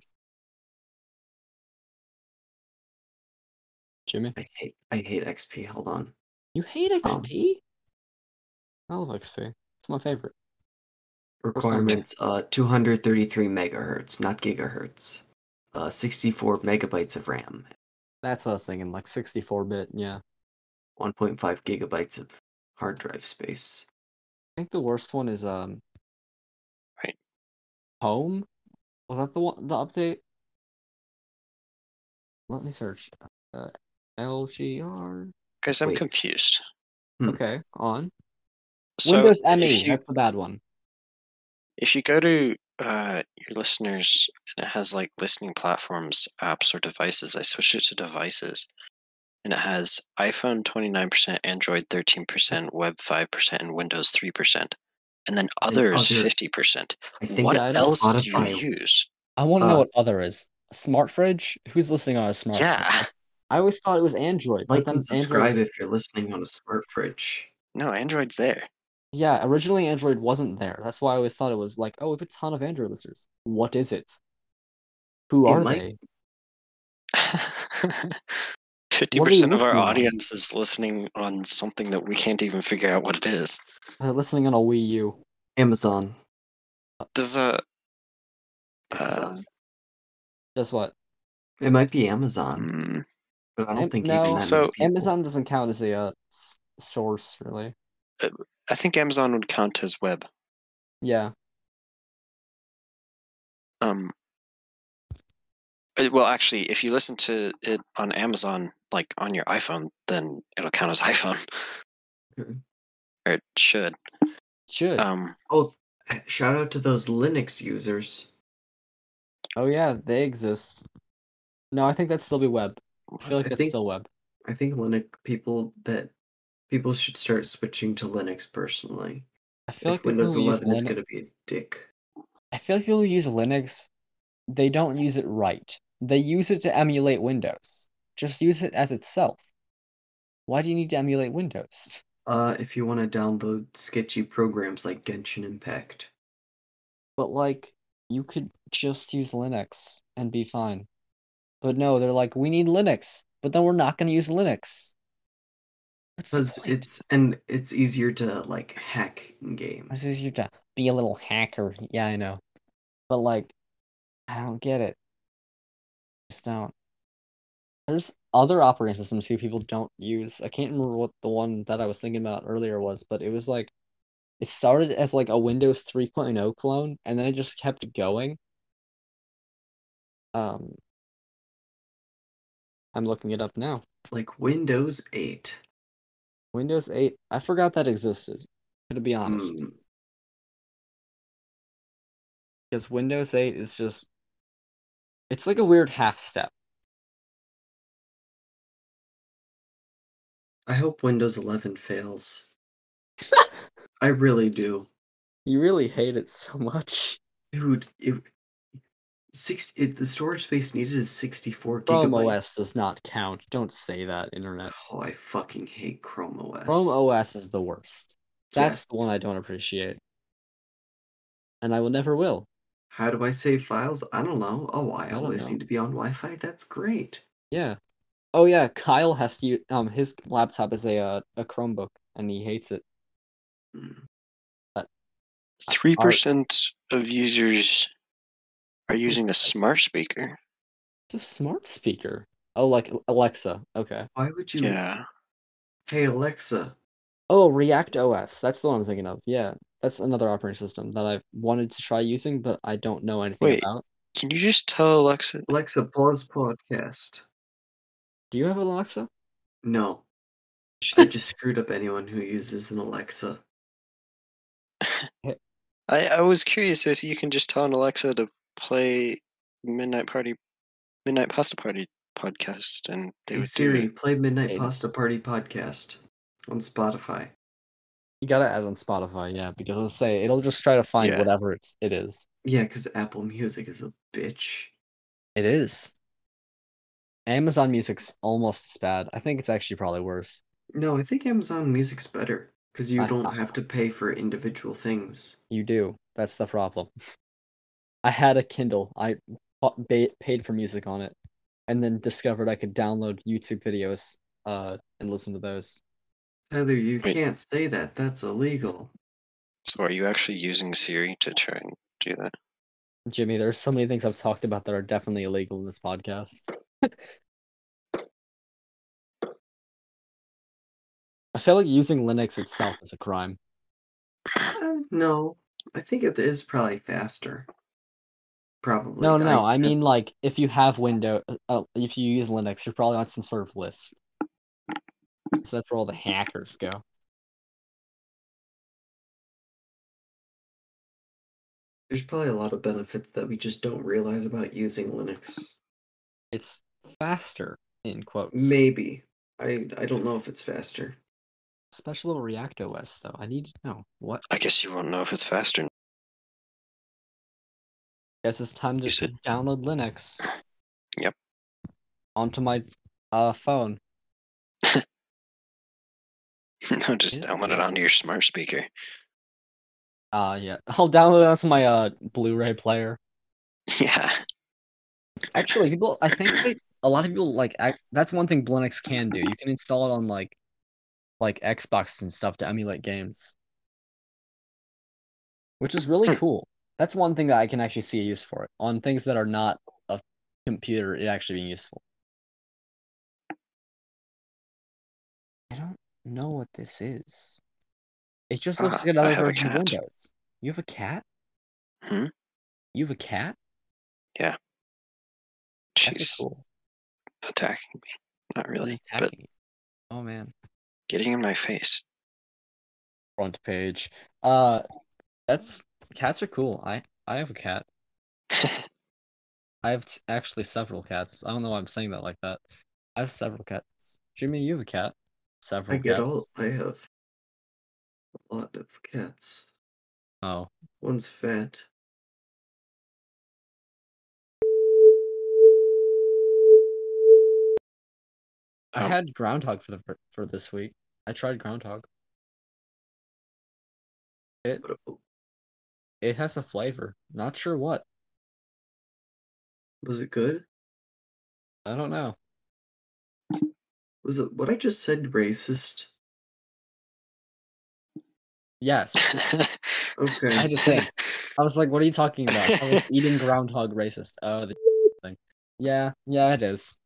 Speaker 2: Jimmy,
Speaker 3: I hate I hate XP. Hold on.
Speaker 2: you hate XP? Um. I love XP. It's my favorite.
Speaker 3: Requirements uh 233 megahertz, not gigahertz. Uh 64 megabytes of RAM,
Speaker 2: That's what I was thinking, like 64 bit. Yeah, I
Speaker 3: 1.5 gigabytes of hard drive space.
Speaker 2: think the worst one is um.
Speaker 1: Right.
Speaker 2: Home, was that the one? The update. Let me search. Uh, LGR.
Speaker 1: guys, I'm
Speaker 3: Wait.
Speaker 1: confused.
Speaker 3: Hmm.
Speaker 2: Okay, on
Speaker 1: So
Speaker 2: Windows ME.
Speaker 1: If you,
Speaker 2: That's the bad one.
Speaker 1: if you go to uh, your listeners and it has like listening platforms, apps, or devices, I switched it to devices. And it has iPhone 29%, Android 13%, Web 5%, and Windows 3%. And then
Speaker 3: And
Speaker 1: others
Speaker 3: other-
Speaker 1: 50%.
Speaker 3: I think
Speaker 1: What
Speaker 2: that's
Speaker 1: else do
Speaker 3: Spotify.
Speaker 1: you use?
Speaker 2: I want to
Speaker 3: Uh,
Speaker 2: know what other is. A smart fridge? Who's listening on a smart?
Speaker 1: Yeah.
Speaker 2: fridge? I always thought it was Android.
Speaker 3: like
Speaker 2: but then
Speaker 3: and subscribe
Speaker 2: Android's-
Speaker 3: if you're listening on a smart fridge.
Speaker 1: No, Android's there.
Speaker 2: Yeah, originally Android wasn't there. That's why I always thought it was like, oh, we have a ton of Android listeners. What is it? Who
Speaker 3: It
Speaker 2: are
Speaker 3: might-
Speaker 2: they?
Speaker 1: 50% of
Speaker 2: listening
Speaker 1: our
Speaker 2: on?
Speaker 1: audience is listening on something that we can't even figure out what it is.
Speaker 2: They're listening on a Wii U.
Speaker 3: Amazon.
Speaker 1: Does uh, uh
Speaker 3: Amazon.
Speaker 2: Guess what?
Speaker 3: it might be Amazon,
Speaker 1: mm,
Speaker 3: but I
Speaker 2: Am-
Speaker 3: don't think
Speaker 2: no.
Speaker 3: even that
Speaker 1: So,
Speaker 3: many people-
Speaker 2: Amazon doesn't count as a uh, s- source, really.
Speaker 1: I think Amazon would count as web.
Speaker 2: Yeah,
Speaker 1: Um, uh, well, actually, if you listen to it on Amazon, like on your iPhone, then it'll count as iPhone,
Speaker 3: Okay.
Speaker 1: or it should.
Speaker 2: should.
Speaker 1: Um,
Speaker 3: Oh, shout out to those Linux users.
Speaker 2: oh yeah, they exist. No, I think that'd still be web. I feel like
Speaker 3: I
Speaker 2: that's
Speaker 3: think-
Speaker 2: still web.
Speaker 3: I think Linux people that people should start switching to Linux personally.
Speaker 2: I feel
Speaker 3: if
Speaker 2: like
Speaker 3: Windows
Speaker 2: people who use
Speaker 3: 11 is
Speaker 2: Linux-
Speaker 3: going to be a dick.
Speaker 2: I feel like people who use Linux, they don't use it right. They use it to emulate Windows. Just use it as itself. Why do you need to emulate Windows?
Speaker 3: Uh, if you want to download sketchy programs like Genshin Impact,
Speaker 2: But like, you could just use Linux and be fine. But no, they're like, we need Linux, but then we're not going to use Linux. What's the
Speaker 3: because
Speaker 2: point?
Speaker 3: it's and it's easier to like hack in
Speaker 2: This is
Speaker 3: games.
Speaker 2: you to be a little hacker. Yeah, I know. But like, I don't get it. Just don't. There's other operating systems who people don't use. I can't remember what the one that I was thinking about earlier was, but it was like it started as like a Windows 3.0 clone and then it just kept going. Um I'm looking it up now.
Speaker 3: Like Windows 8.
Speaker 2: Windows 8, I forgot that existed, to be honest.
Speaker 3: Mm,
Speaker 2: Because Windows 8 is just it's like a weird half step.
Speaker 3: I I hope Windows 11 fails. I really do,
Speaker 2: You really hate it so much.
Speaker 3: dude. It six. It, the storage space needed is 64
Speaker 2: Chrome
Speaker 3: gigabytes.
Speaker 2: OS does not count. Don't say that, internet.
Speaker 3: Oh, I fucking hate Chrome OS.
Speaker 2: Chrome OS is the worst. That's the
Speaker 3: Yes.
Speaker 2: one I don't appreciate. And I will never will.
Speaker 3: How do I save files? I don't know. Oh, I,
Speaker 2: don't
Speaker 3: always
Speaker 2: know.
Speaker 3: need to be on Wi-Fi. That's great.
Speaker 2: Yeah. Oh yeah, Kyle has to u- um his laptop is a uh, a Chromebook and he hates it.
Speaker 3: Mm.
Speaker 1: Three percent of users are using a smart speaker.
Speaker 2: It's a smart speaker. Oh like Alexa. Okay.
Speaker 3: Why would you?
Speaker 1: Yeah,
Speaker 3: Hey Alexa.
Speaker 2: Oh, React OS. That's the one I'm thinking of. Yeah. That's another operating system that I've wanted to try using, but I don't know anything
Speaker 1: Wait.
Speaker 2: about.
Speaker 1: can you just tell Alexa?
Speaker 3: Alexa, pause podcast.
Speaker 2: Do you have an Alexa?
Speaker 3: No, I just screwed up anyone who uses an Alexa.
Speaker 1: I I was curious if you can just tell an Alexa to play Midnight Party, Midnight Pasta Party podcast, and they
Speaker 3: Hey
Speaker 1: would
Speaker 3: Siri,
Speaker 1: do it.
Speaker 3: play Midnight
Speaker 2: Hey.
Speaker 3: Pasta Party podcast on Spotify.
Speaker 2: You gotta add on Spotify, yeah, because it'll say it'll just try to find
Speaker 1: Yeah.
Speaker 2: whatever it's, it is.
Speaker 3: Yeah, because Apple Music is a bitch.
Speaker 2: It is. Amazon Music's almost as bad. I think it's actually probably worse.
Speaker 3: No, I think Amazon Music's better because you
Speaker 2: I-
Speaker 3: don't have to pay for individual things.
Speaker 2: You do. That's the problem. I had a Kindle. I bought, ba- paid for music on it, and then discovered I could download YouTube videos uh, and listen to those.
Speaker 3: Tyler, you
Speaker 1: Wait.
Speaker 3: can't say that. That's illegal.
Speaker 1: So, are you actually using Siri to try and do that?
Speaker 2: Jimmy, there's so many things I've talked about that are definitely illegal in this podcast. I feel like using Linux itself is a crime.
Speaker 3: Uh, no, I think it is probably faster. Probably.
Speaker 2: No, no, no.
Speaker 3: I
Speaker 2: I mean, like, if you have Windows, uh, if you use Linux, you're probably on some sort of list. So that's where all the hackers go.
Speaker 3: there's probably a lot of benefits that we just don't realize about using Linux.
Speaker 2: It's faster, in quotes.
Speaker 3: Maybe. I I don't know if it's faster.
Speaker 2: Special little React OS, though. I need to know. What?
Speaker 1: I guess you won't know if it's faster.
Speaker 2: Guess it's time to
Speaker 1: You said-
Speaker 2: download Linux.
Speaker 1: Yep.
Speaker 2: Onto my uh, phone.
Speaker 1: no, just
Speaker 2: Yeah,
Speaker 1: download it
Speaker 2: yes.
Speaker 1: onto your smart speaker.
Speaker 2: Uh, yeah. I'll download it onto my uh, Blu-ray player.
Speaker 1: Yeah.
Speaker 2: Actually, people, I think they, a lot of people like ac that's one thing Linux can do. You can install it on like, like Xbox and stuff to emulate games, which is really
Speaker 1: Hmm.
Speaker 2: cool. That's one thing that I can actually see a use for it on things that are not a computer. It actually being useful. I don't know what this is. It just looks
Speaker 1: Ah,
Speaker 2: like
Speaker 1: I
Speaker 2: another
Speaker 1: have a
Speaker 2: version of
Speaker 1: cat.
Speaker 2: Windows. You have a cat?
Speaker 1: Hmm?
Speaker 2: You have a cat?
Speaker 1: She's
Speaker 2: That's cool.
Speaker 1: attacking me. Not really,
Speaker 2: He's
Speaker 1: but
Speaker 2: attacking you. Oh man.
Speaker 1: getting in my face.
Speaker 2: front page. Uh, that's cats are cool. I I have a cat. I have t- actually several cats. I don't know why I'm saying that like that. I have several cats. Jimmy, you have a cat. Several
Speaker 3: I get
Speaker 2: cats.
Speaker 3: all I have a lot of cats.
Speaker 2: Oh,
Speaker 3: One's fat.
Speaker 2: I
Speaker 1: Oh.
Speaker 2: had groundhog for the fir- for this week. I tried groundhog. It
Speaker 3: What a-
Speaker 2: it has a flavor. Not sure what.
Speaker 3: Was it good?
Speaker 2: I don't know.
Speaker 3: Was it what I just said racist?
Speaker 2: Yes, I
Speaker 3: Okay.
Speaker 2: had to think. I was like, "What are you talking about? I was eating groundhog racist." Oh, the thing. Yeah, yeah, it is.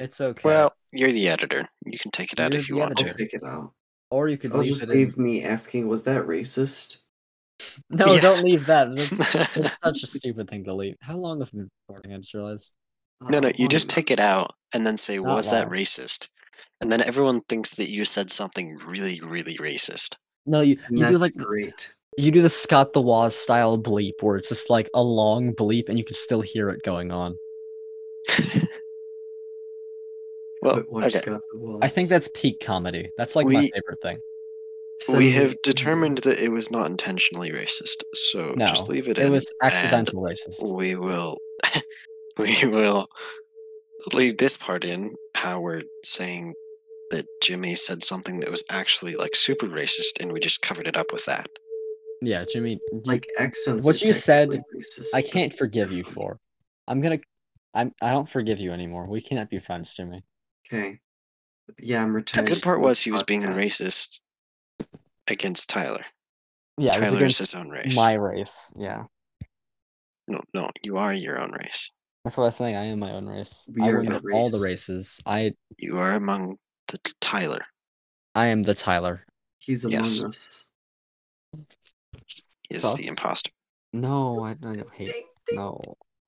Speaker 2: It's okay.
Speaker 1: well, you're the editor. You can take it out
Speaker 2: You're
Speaker 1: if you
Speaker 2: the
Speaker 1: want
Speaker 3: I'll
Speaker 2: editor.
Speaker 1: to.
Speaker 3: take it out.
Speaker 2: or you could
Speaker 3: I'll
Speaker 2: leave
Speaker 3: just
Speaker 2: it
Speaker 3: leave me asking, was that racist?
Speaker 2: in. No,
Speaker 1: Yeah.
Speaker 2: don't leave that. That's, that's such a stupid thing to leave. How long have we been recording? I just realized.
Speaker 1: no, no,
Speaker 3: Uh,
Speaker 1: you
Speaker 3: long
Speaker 1: just
Speaker 3: enough.
Speaker 1: take it out and then say,
Speaker 2: Not
Speaker 1: was that
Speaker 2: long.
Speaker 1: racist? And then everyone thinks that you said something really, really racist.
Speaker 2: No, you,
Speaker 3: And
Speaker 2: you do
Speaker 3: that's
Speaker 2: like the-
Speaker 3: great.
Speaker 2: you do the Scott the Waz style bleep, where it's just like a long bleep, and you can still hear it going on.
Speaker 1: Well,
Speaker 3: Put one
Speaker 1: okay.
Speaker 3: scot the walls.
Speaker 2: I think that's peak comedy. That's like my
Speaker 1: We-
Speaker 2: favorite thing.
Speaker 3: Send
Speaker 1: We
Speaker 3: them-
Speaker 1: have determined that it was not intentionally racist, so
Speaker 2: No,
Speaker 1: just leave it,
Speaker 2: It
Speaker 1: in.
Speaker 2: was accidental racist.
Speaker 1: we will we will leave this part in how we're saying that jimmy said something that was actually like super racist and we just covered it up with that
Speaker 2: Yeah, Jimmy, you-
Speaker 3: like accents.
Speaker 2: What
Speaker 3: are
Speaker 2: you said,
Speaker 3: technically racist,
Speaker 2: I
Speaker 3: but-
Speaker 2: can't forgive you for. I'm gonna. I'm. I don't forgive you anymore. We cannot be friends, Jimmy.
Speaker 3: Okay. Yeah, I'm
Speaker 1: the
Speaker 3: retired.
Speaker 1: good part
Speaker 3: from
Speaker 1: was
Speaker 3: this
Speaker 1: he was being
Speaker 3: podcast.
Speaker 1: racist against tyler
Speaker 2: Yeah, it was
Speaker 1: tyler is
Speaker 2: against
Speaker 1: his own race
Speaker 2: my race. Yeah,
Speaker 1: no no you are your own race
Speaker 2: that's what I was saying. I am my own race.
Speaker 3: We
Speaker 2: I
Speaker 3: are
Speaker 2: was
Speaker 3: the
Speaker 2: in all the
Speaker 3: race.
Speaker 2: races. I.
Speaker 1: you are among the t- tyler
Speaker 2: I am the Tyler.
Speaker 3: He's among
Speaker 1: Yes.
Speaker 3: us.
Speaker 1: is
Speaker 2: Sus.
Speaker 1: the imposter
Speaker 2: No, I, I don't hate.
Speaker 3: Ding, ding,
Speaker 2: No.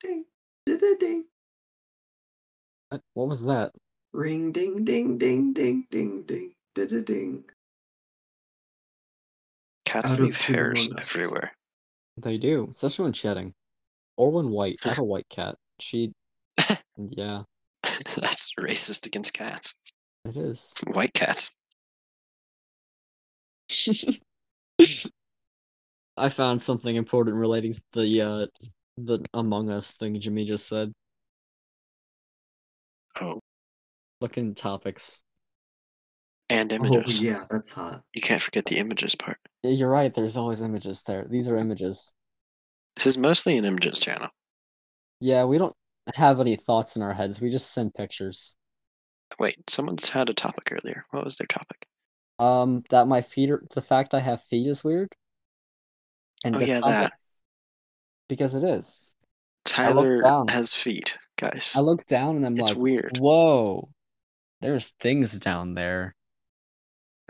Speaker 3: ding, ding, ding, ding.
Speaker 2: What, what was that?
Speaker 3: Ring ding ding ding ding ding ding ding ding.
Speaker 1: cats
Speaker 3: Out of
Speaker 1: leave
Speaker 3: two
Speaker 1: hairs
Speaker 3: among us.
Speaker 1: everywhere
Speaker 2: They do, especially when shedding, or when white. I have a white cat. She. Yeah,
Speaker 1: that's racist against cats
Speaker 2: it is.
Speaker 1: white cats
Speaker 2: I found something important relating to the uh the Among Us thing Jimmy just said.
Speaker 1: oh
Speaker 2: Look in topics.
Speaker 1: and
Speaker 3: Oh
Speaker 1: images
Speaker 3: yeah, that's hot.
Speaker 1: you can't forget the images part
Speaker 2: Yeah, You're right, there's always images there. These are images.
Speaker 1: this is mostly an images channel
Speaker 2: Yeah, we don't have any thoughts in our heads. We just send pictures.
Speaker 1: Wait, someone's had a topic earlier. What was their topic?
Speaker 2: Um, that my feet are the fact I have feet is weird. And
Speaker 1: Oh
Speaker 2: that's
Speaker 1: yeah,
Speaker 2: not
Speaker 1: that
Speaker 2: because it is. I looked
Speaker 1: Tyler
Speaker 2: down.
Speaker 1: has feet, guys.
Speaker 2: I look down and I'm
Speaker 1: It's
Speaker 2: like,
Speaker 1: weird.
Speaker 2: whoa, there's things down there.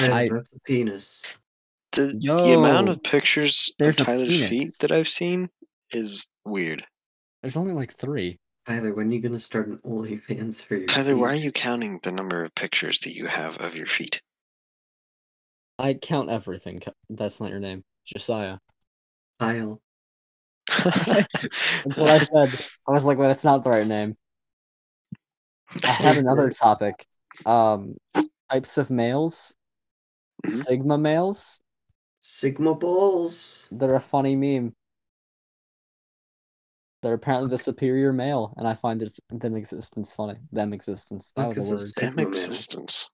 Speaker 3: Hey,
Speaker 2: I-
Speaker 3: that's a penis.
Speaker 1: The, the amount
Speaker 2: Yo,
Speaker 1: of pictures of
Speaker 2: there's a
Speaker 1: Tyler's feet
Speaker 2: penis.
Speaker 1: that I've seen is weird.
Speaker 2: There's only like three.
Speaker 3: Tyler, when are you gonna start an OnlyFans for your
Speaker 1: Tyler, why are
Speaker 3: feet?
Speaker 1: you counting the number of pictures that you have of your feet?
Speaker 2: I count everything. Ca- That's not your name, Josiah.
Speaker 3: Kyle?
Speaker 2: That's what I said. I was like, well, that's not the right name. I had another topic. Um, types of males,
Speaker 1: Mhm.
Speaker 2: Sigma males.
Speaker 3: Sigma balls.
Speaker 2: They're a funny meme. They're apparently the superior male, and I find it, them existence funny. Them existence. That
Speaker 3: Fuck
Speaker 2: was
Speaker 3: is
Speaker 2: a
Speaker 3: a
Speaker 2: word.
Speaker 3: sig-
Speaker 1: Damn existence.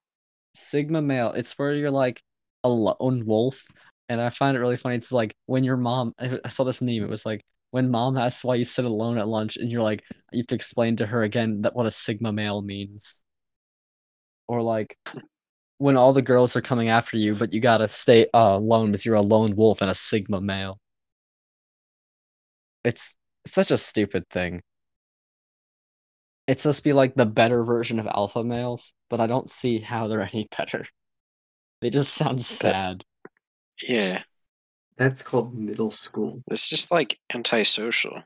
Speaker 2: Sigma male. It's where you're like a lone wolf, and I find it really funny. It's like when your mom. I I saw this meme. It was like when mom asks why you sit alone at lunch, and you're like you have to explain to her again that what a sigma male means, or like when all the girls are coming after you, but you gotta stay uh, alone because you're a lone wolf and a sigma male. It's such a stupid thing. It's supposed to be like the better version of alpha males, but I don't see how they're any better. They just sound sad.
Speaker 1: Yeah,
Speaker 3: That's called middle school.
Speaker 1: it's just like antisocial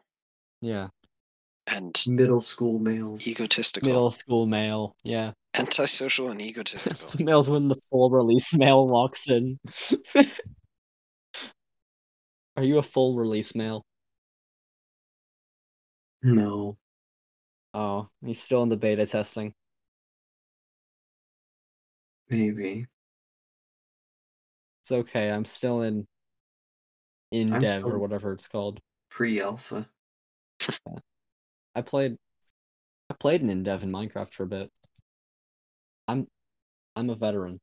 Speaker 2: Yeah.
Speaker 1: and
Speaker 3: Middle school males.
Speaker 1: egotistical.
Speaker 2: Middle school male. Yeah.
Speaker 1: Antisocial and egotistical.
Speaker 2: Males when the full release male walks in. Are you a full release male?
Speaker 3: No.
Speaker 2: Oh, he's still in the beta testing.
Speaker 3: Maybe.
Speaker 2: It's okay. I'm still in in
Speaker 3: I'm
Speaker 2: dev or
Speaker 3: still-
Speaker 2: whatever it's called.
Speaker 3: Pre-alpha.
Speaker 2: I played I played an in dev in Minecraft for a bit. I'm I'm a veteran.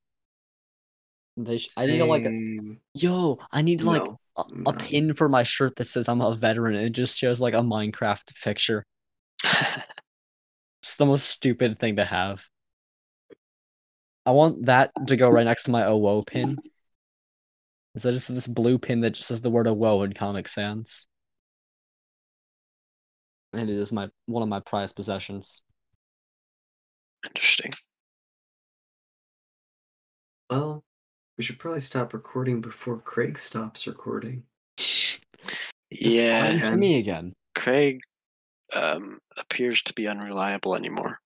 Speaker 2: They sh- I need to like
Speaker 3: Same.
Speaker 2: yo, I need like
Speaker 3: No,
Speaker 2: a,
Speaker 3: no.
Speaker 2: a pin for my shirt that says I'm a veteran. and It just shows like a Minecraft picture. It's the most stupid thing to have. I want that to go right next to my OWO pin. Instead of this blue pin that just says the word OWO in Comic Sans. And it is my one of my prized possessions.
Speaker 1: Interesting.
Speaker 3: Well, we should probably stop recording before Craig stops recording.
Speaker 2: Just
Speaker 1: Yeah.
Speaker 2: find Jimmy again.
Speaker 1: Craig um, appears to be unreliable anymore.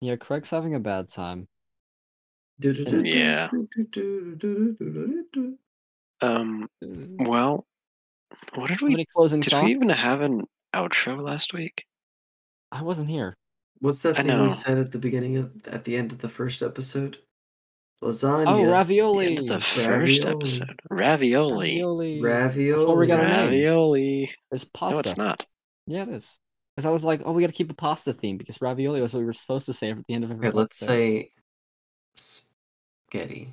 Speaker 2: Yeah, Craig's having a bad time.
Speaker 1: Yeah. Um, well, what did
Speaker 2: How
Speaker 1: we
Speaker 2: many closing
Speaker 1: did
Speaker 2: thoughts?
Speaker 1: we even have an outro last week?
Speaker 2: I wasn't here.
Speaker 3: What's that
Speaker 1: I
Speaker 3: thing we
Speaker 1: know.
Speaker 3: said at the beginning of at the end of the first episode? Lasagna.
Speaker 2: Oh,
Speaker 1: The
Speaker 2: ravioli.
Speaker 1: end of the first
Speaker 3: Ravioli.
Speaker 1: episode. Ravioli.
Speaker 2: Ravioli.
Speaker 3: ravioli.
Speaker 2: That's what we got. name.
Speaker 1: Ravioli.
Speaker 2: It's pasta.
Speaker 1: No, it's not.
Speaker 2: Yeah, it is. Because I was like, oh, we got to keep a pasta theme because ravioli was what we were supposed to say at the end of every.
Speaker 3: Okay, let's
Speaker 2: episode.
Speaker 3: say spaghetti.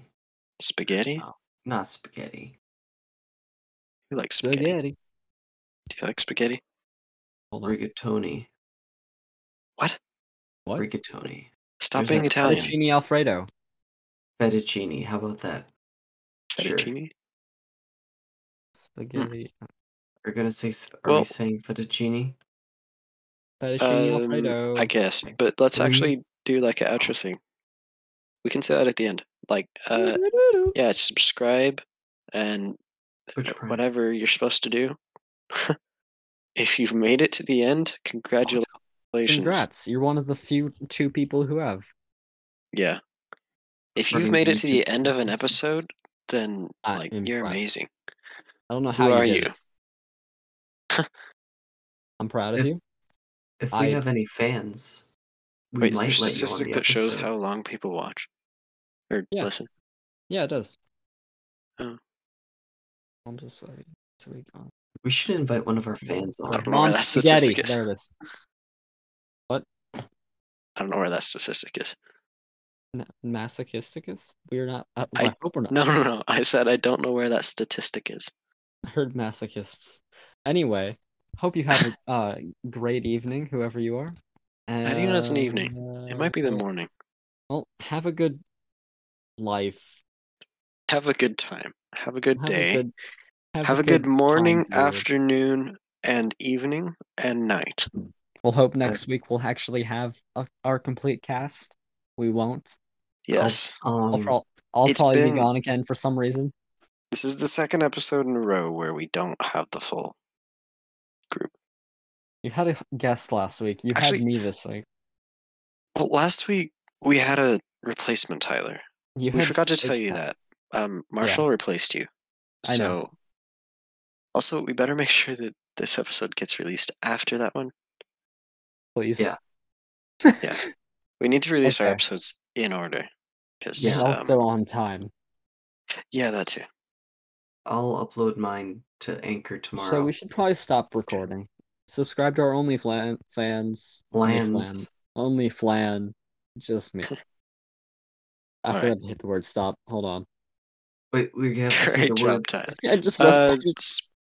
Speaker 1: Spaghetti?
Speaker 3: Oh. Not spaghetti.
Speaker 1: You like spaghetti?
Speaker 2: spaghetti.
Speaker 1: Do you like spaghetti?
Speaker 2: Hold on.
Speaker 3: Rigatoni.
Speaker 1: What?
Speaker 2: What?
Speaker 3: Rigatoni.
Speaker 1: Stop
Speaker 3: There's
Speaker 1: being
Speaker 3: a-
Speaker 1: Italian.
Speaker 2: Fettuccine Alfredo.
Speaker 3: Fettuccine. How about that? Sure.
Speaker 1: Fettuccine?
Speaker 2: Spaghetti.
Speaker 3: We're gonna say. sp- Are
Speaker 1: Well- uh,
Speaker 3: we saying fettuccine?
Speaker 2: Fettuccine
Speaker 1: Um,
Speaker 2: Alfredo.
Speaker 1: I guess, but let's
Speaker 3: Three.
Speaker 1: actually do like an outro thing. We can say that at the end. Like, uh, yeah, subscribe and
Speaker 3: Which
Speaker 1: uh,
Speaker 3: prime?
Speaker 1: whatever you're supposed to do. if you've made it to the end, congratulations.
Speaker 2: Congrats. You're one of the few two people who have.
Speaker 1: Yeah. If
Speaker 3: According
Speaker 1: you've made
Speaker 3: to
Speaker 1: it to the
Speaker 3: YouTube Uh,
Speaker 1: end of an
Speaker 3: statistics.
Speaker 1: episode, then
Speaker 2: I
Speaker 1: like
Speaker 2: am
Speaker 1: you're
Speaker 2: proud.
Speaker 1: amazing.
Speaker 2: I don't know
Speaker 1: Who
Speaker 2: how
Speaker 1: are
Speaker 2: you.
Speaker 1: you?
Speaker 2: did it. I'm proud of
Speaker 3: If-
Speaker 2: you.
Speaker 3: If we
Speaker 2: I-
Speaker 3: have any fans, we
Speaker 1: Wait, is there
Speaker 3: might
Speaker 1: a
Speaker 3: let you on the
Speaker 1: statistic that shows
Speaker 3: episode.
Speaker 1: how long people watch or
Speaker 2: Yeah.
Speaker 1: listen?
Speaker 2: Yeah, it does.
Speaker 1: Oh.
Speaker 2: I'm just sorry. So we got-
Speaker 3: We should invite one of our fans
Speaker 1: I
Speaker 3: on.
Speaker 1: don't know where
Speaker 2: Mom
Speaker 1: that
Speaker 2: spaghetti.
Speaker 1: statistic is.
Speaker 2: There it is.
Speaker 1: I don't know where that statistic is.
Speaker 2: N- Masochisticus? We're not. Uh,
Speaker 1: I-
Speaker 2: I, hope we're not.
Speaker 1: No, no, no. I said I don't know where that statistic is.
Speaker 2: I heard masochists. Anyway, hope you have a uh, great evening, whoever you are. And,
Speaker 1: I think it is an evening. It might be the
Speaker 2: uh,
Speaker 1: morning.
Speaker 2: Well, have a good life.
Speaker 1: Have a good time. Have a good
Speaker 2: Have
Speaker 1: day.
Speaker 2: A good,
Speaker 1: have a good,
Speaker 2: time
Speaker 1: morning,
Speaker 2: period.
Speaker 1: afternoon, and evening and night.
Speaker 2: We'll hope next week we'll actually have a, our complete cast. We won't.
Speaker 1: Yes.
Speaker 2: I'll,
Speaker 3: Um,
Speaker 2: prob- I'll
Speaker 1: it's
Speaker 2: probably
Speaker 1: been-
Speaker 2: be gone again for some reason.
Speaker 1: This is the second episode in a row where we don't have the full.
Speaker 2: You had a guest last week. You
Speaker 1: Actually-
Speaker 2: had me this week.
Speaker 1: Well, last week we had a replacement, Tyler.
Speaker 2: You
Speaker 1: We
Speaker 2: had
Speaker 1: forgot to
Speaker 2: Fig-
Speaker 1: tell you that. Um, Marshall replaced you. So,
Speaker 2: I know.
Speaker 1: also, we better make sure that this episode gets released after that one.
Speaker 2: Please.
Speaker 3: Yeah.
Speaker 1: Yeah. We need to release our
Speaker 2: Okay.
Speaker 1: episodes in order. Because,
Speaker 3: Yeah.
Speaker 1: yeah.
Speaker 2: Also on time.
Speaker 1: yeah, that too.
Speaker 3: I'll upload mine to Anchor tomorrow.
Speaker 2: So we should probably stop recording. Subscribe to our OnlyFlan fans.
Speaker 3: Plans.
Speaker 2: Only flan. Just me. I
Speaker 1: Alright.
Speaker 2: forgot to hit the word stop. Hold on.
Speaker 3: Wait, we have to say
Speaker 1: Great
Speaker 3: the
Speaker 1: job,
Speaker 3: word.
Speaker 1: Tyler.
Speaker 2: I just,
Speaker 1: Uh,
Speaker 2: I just
Speaker 1: s-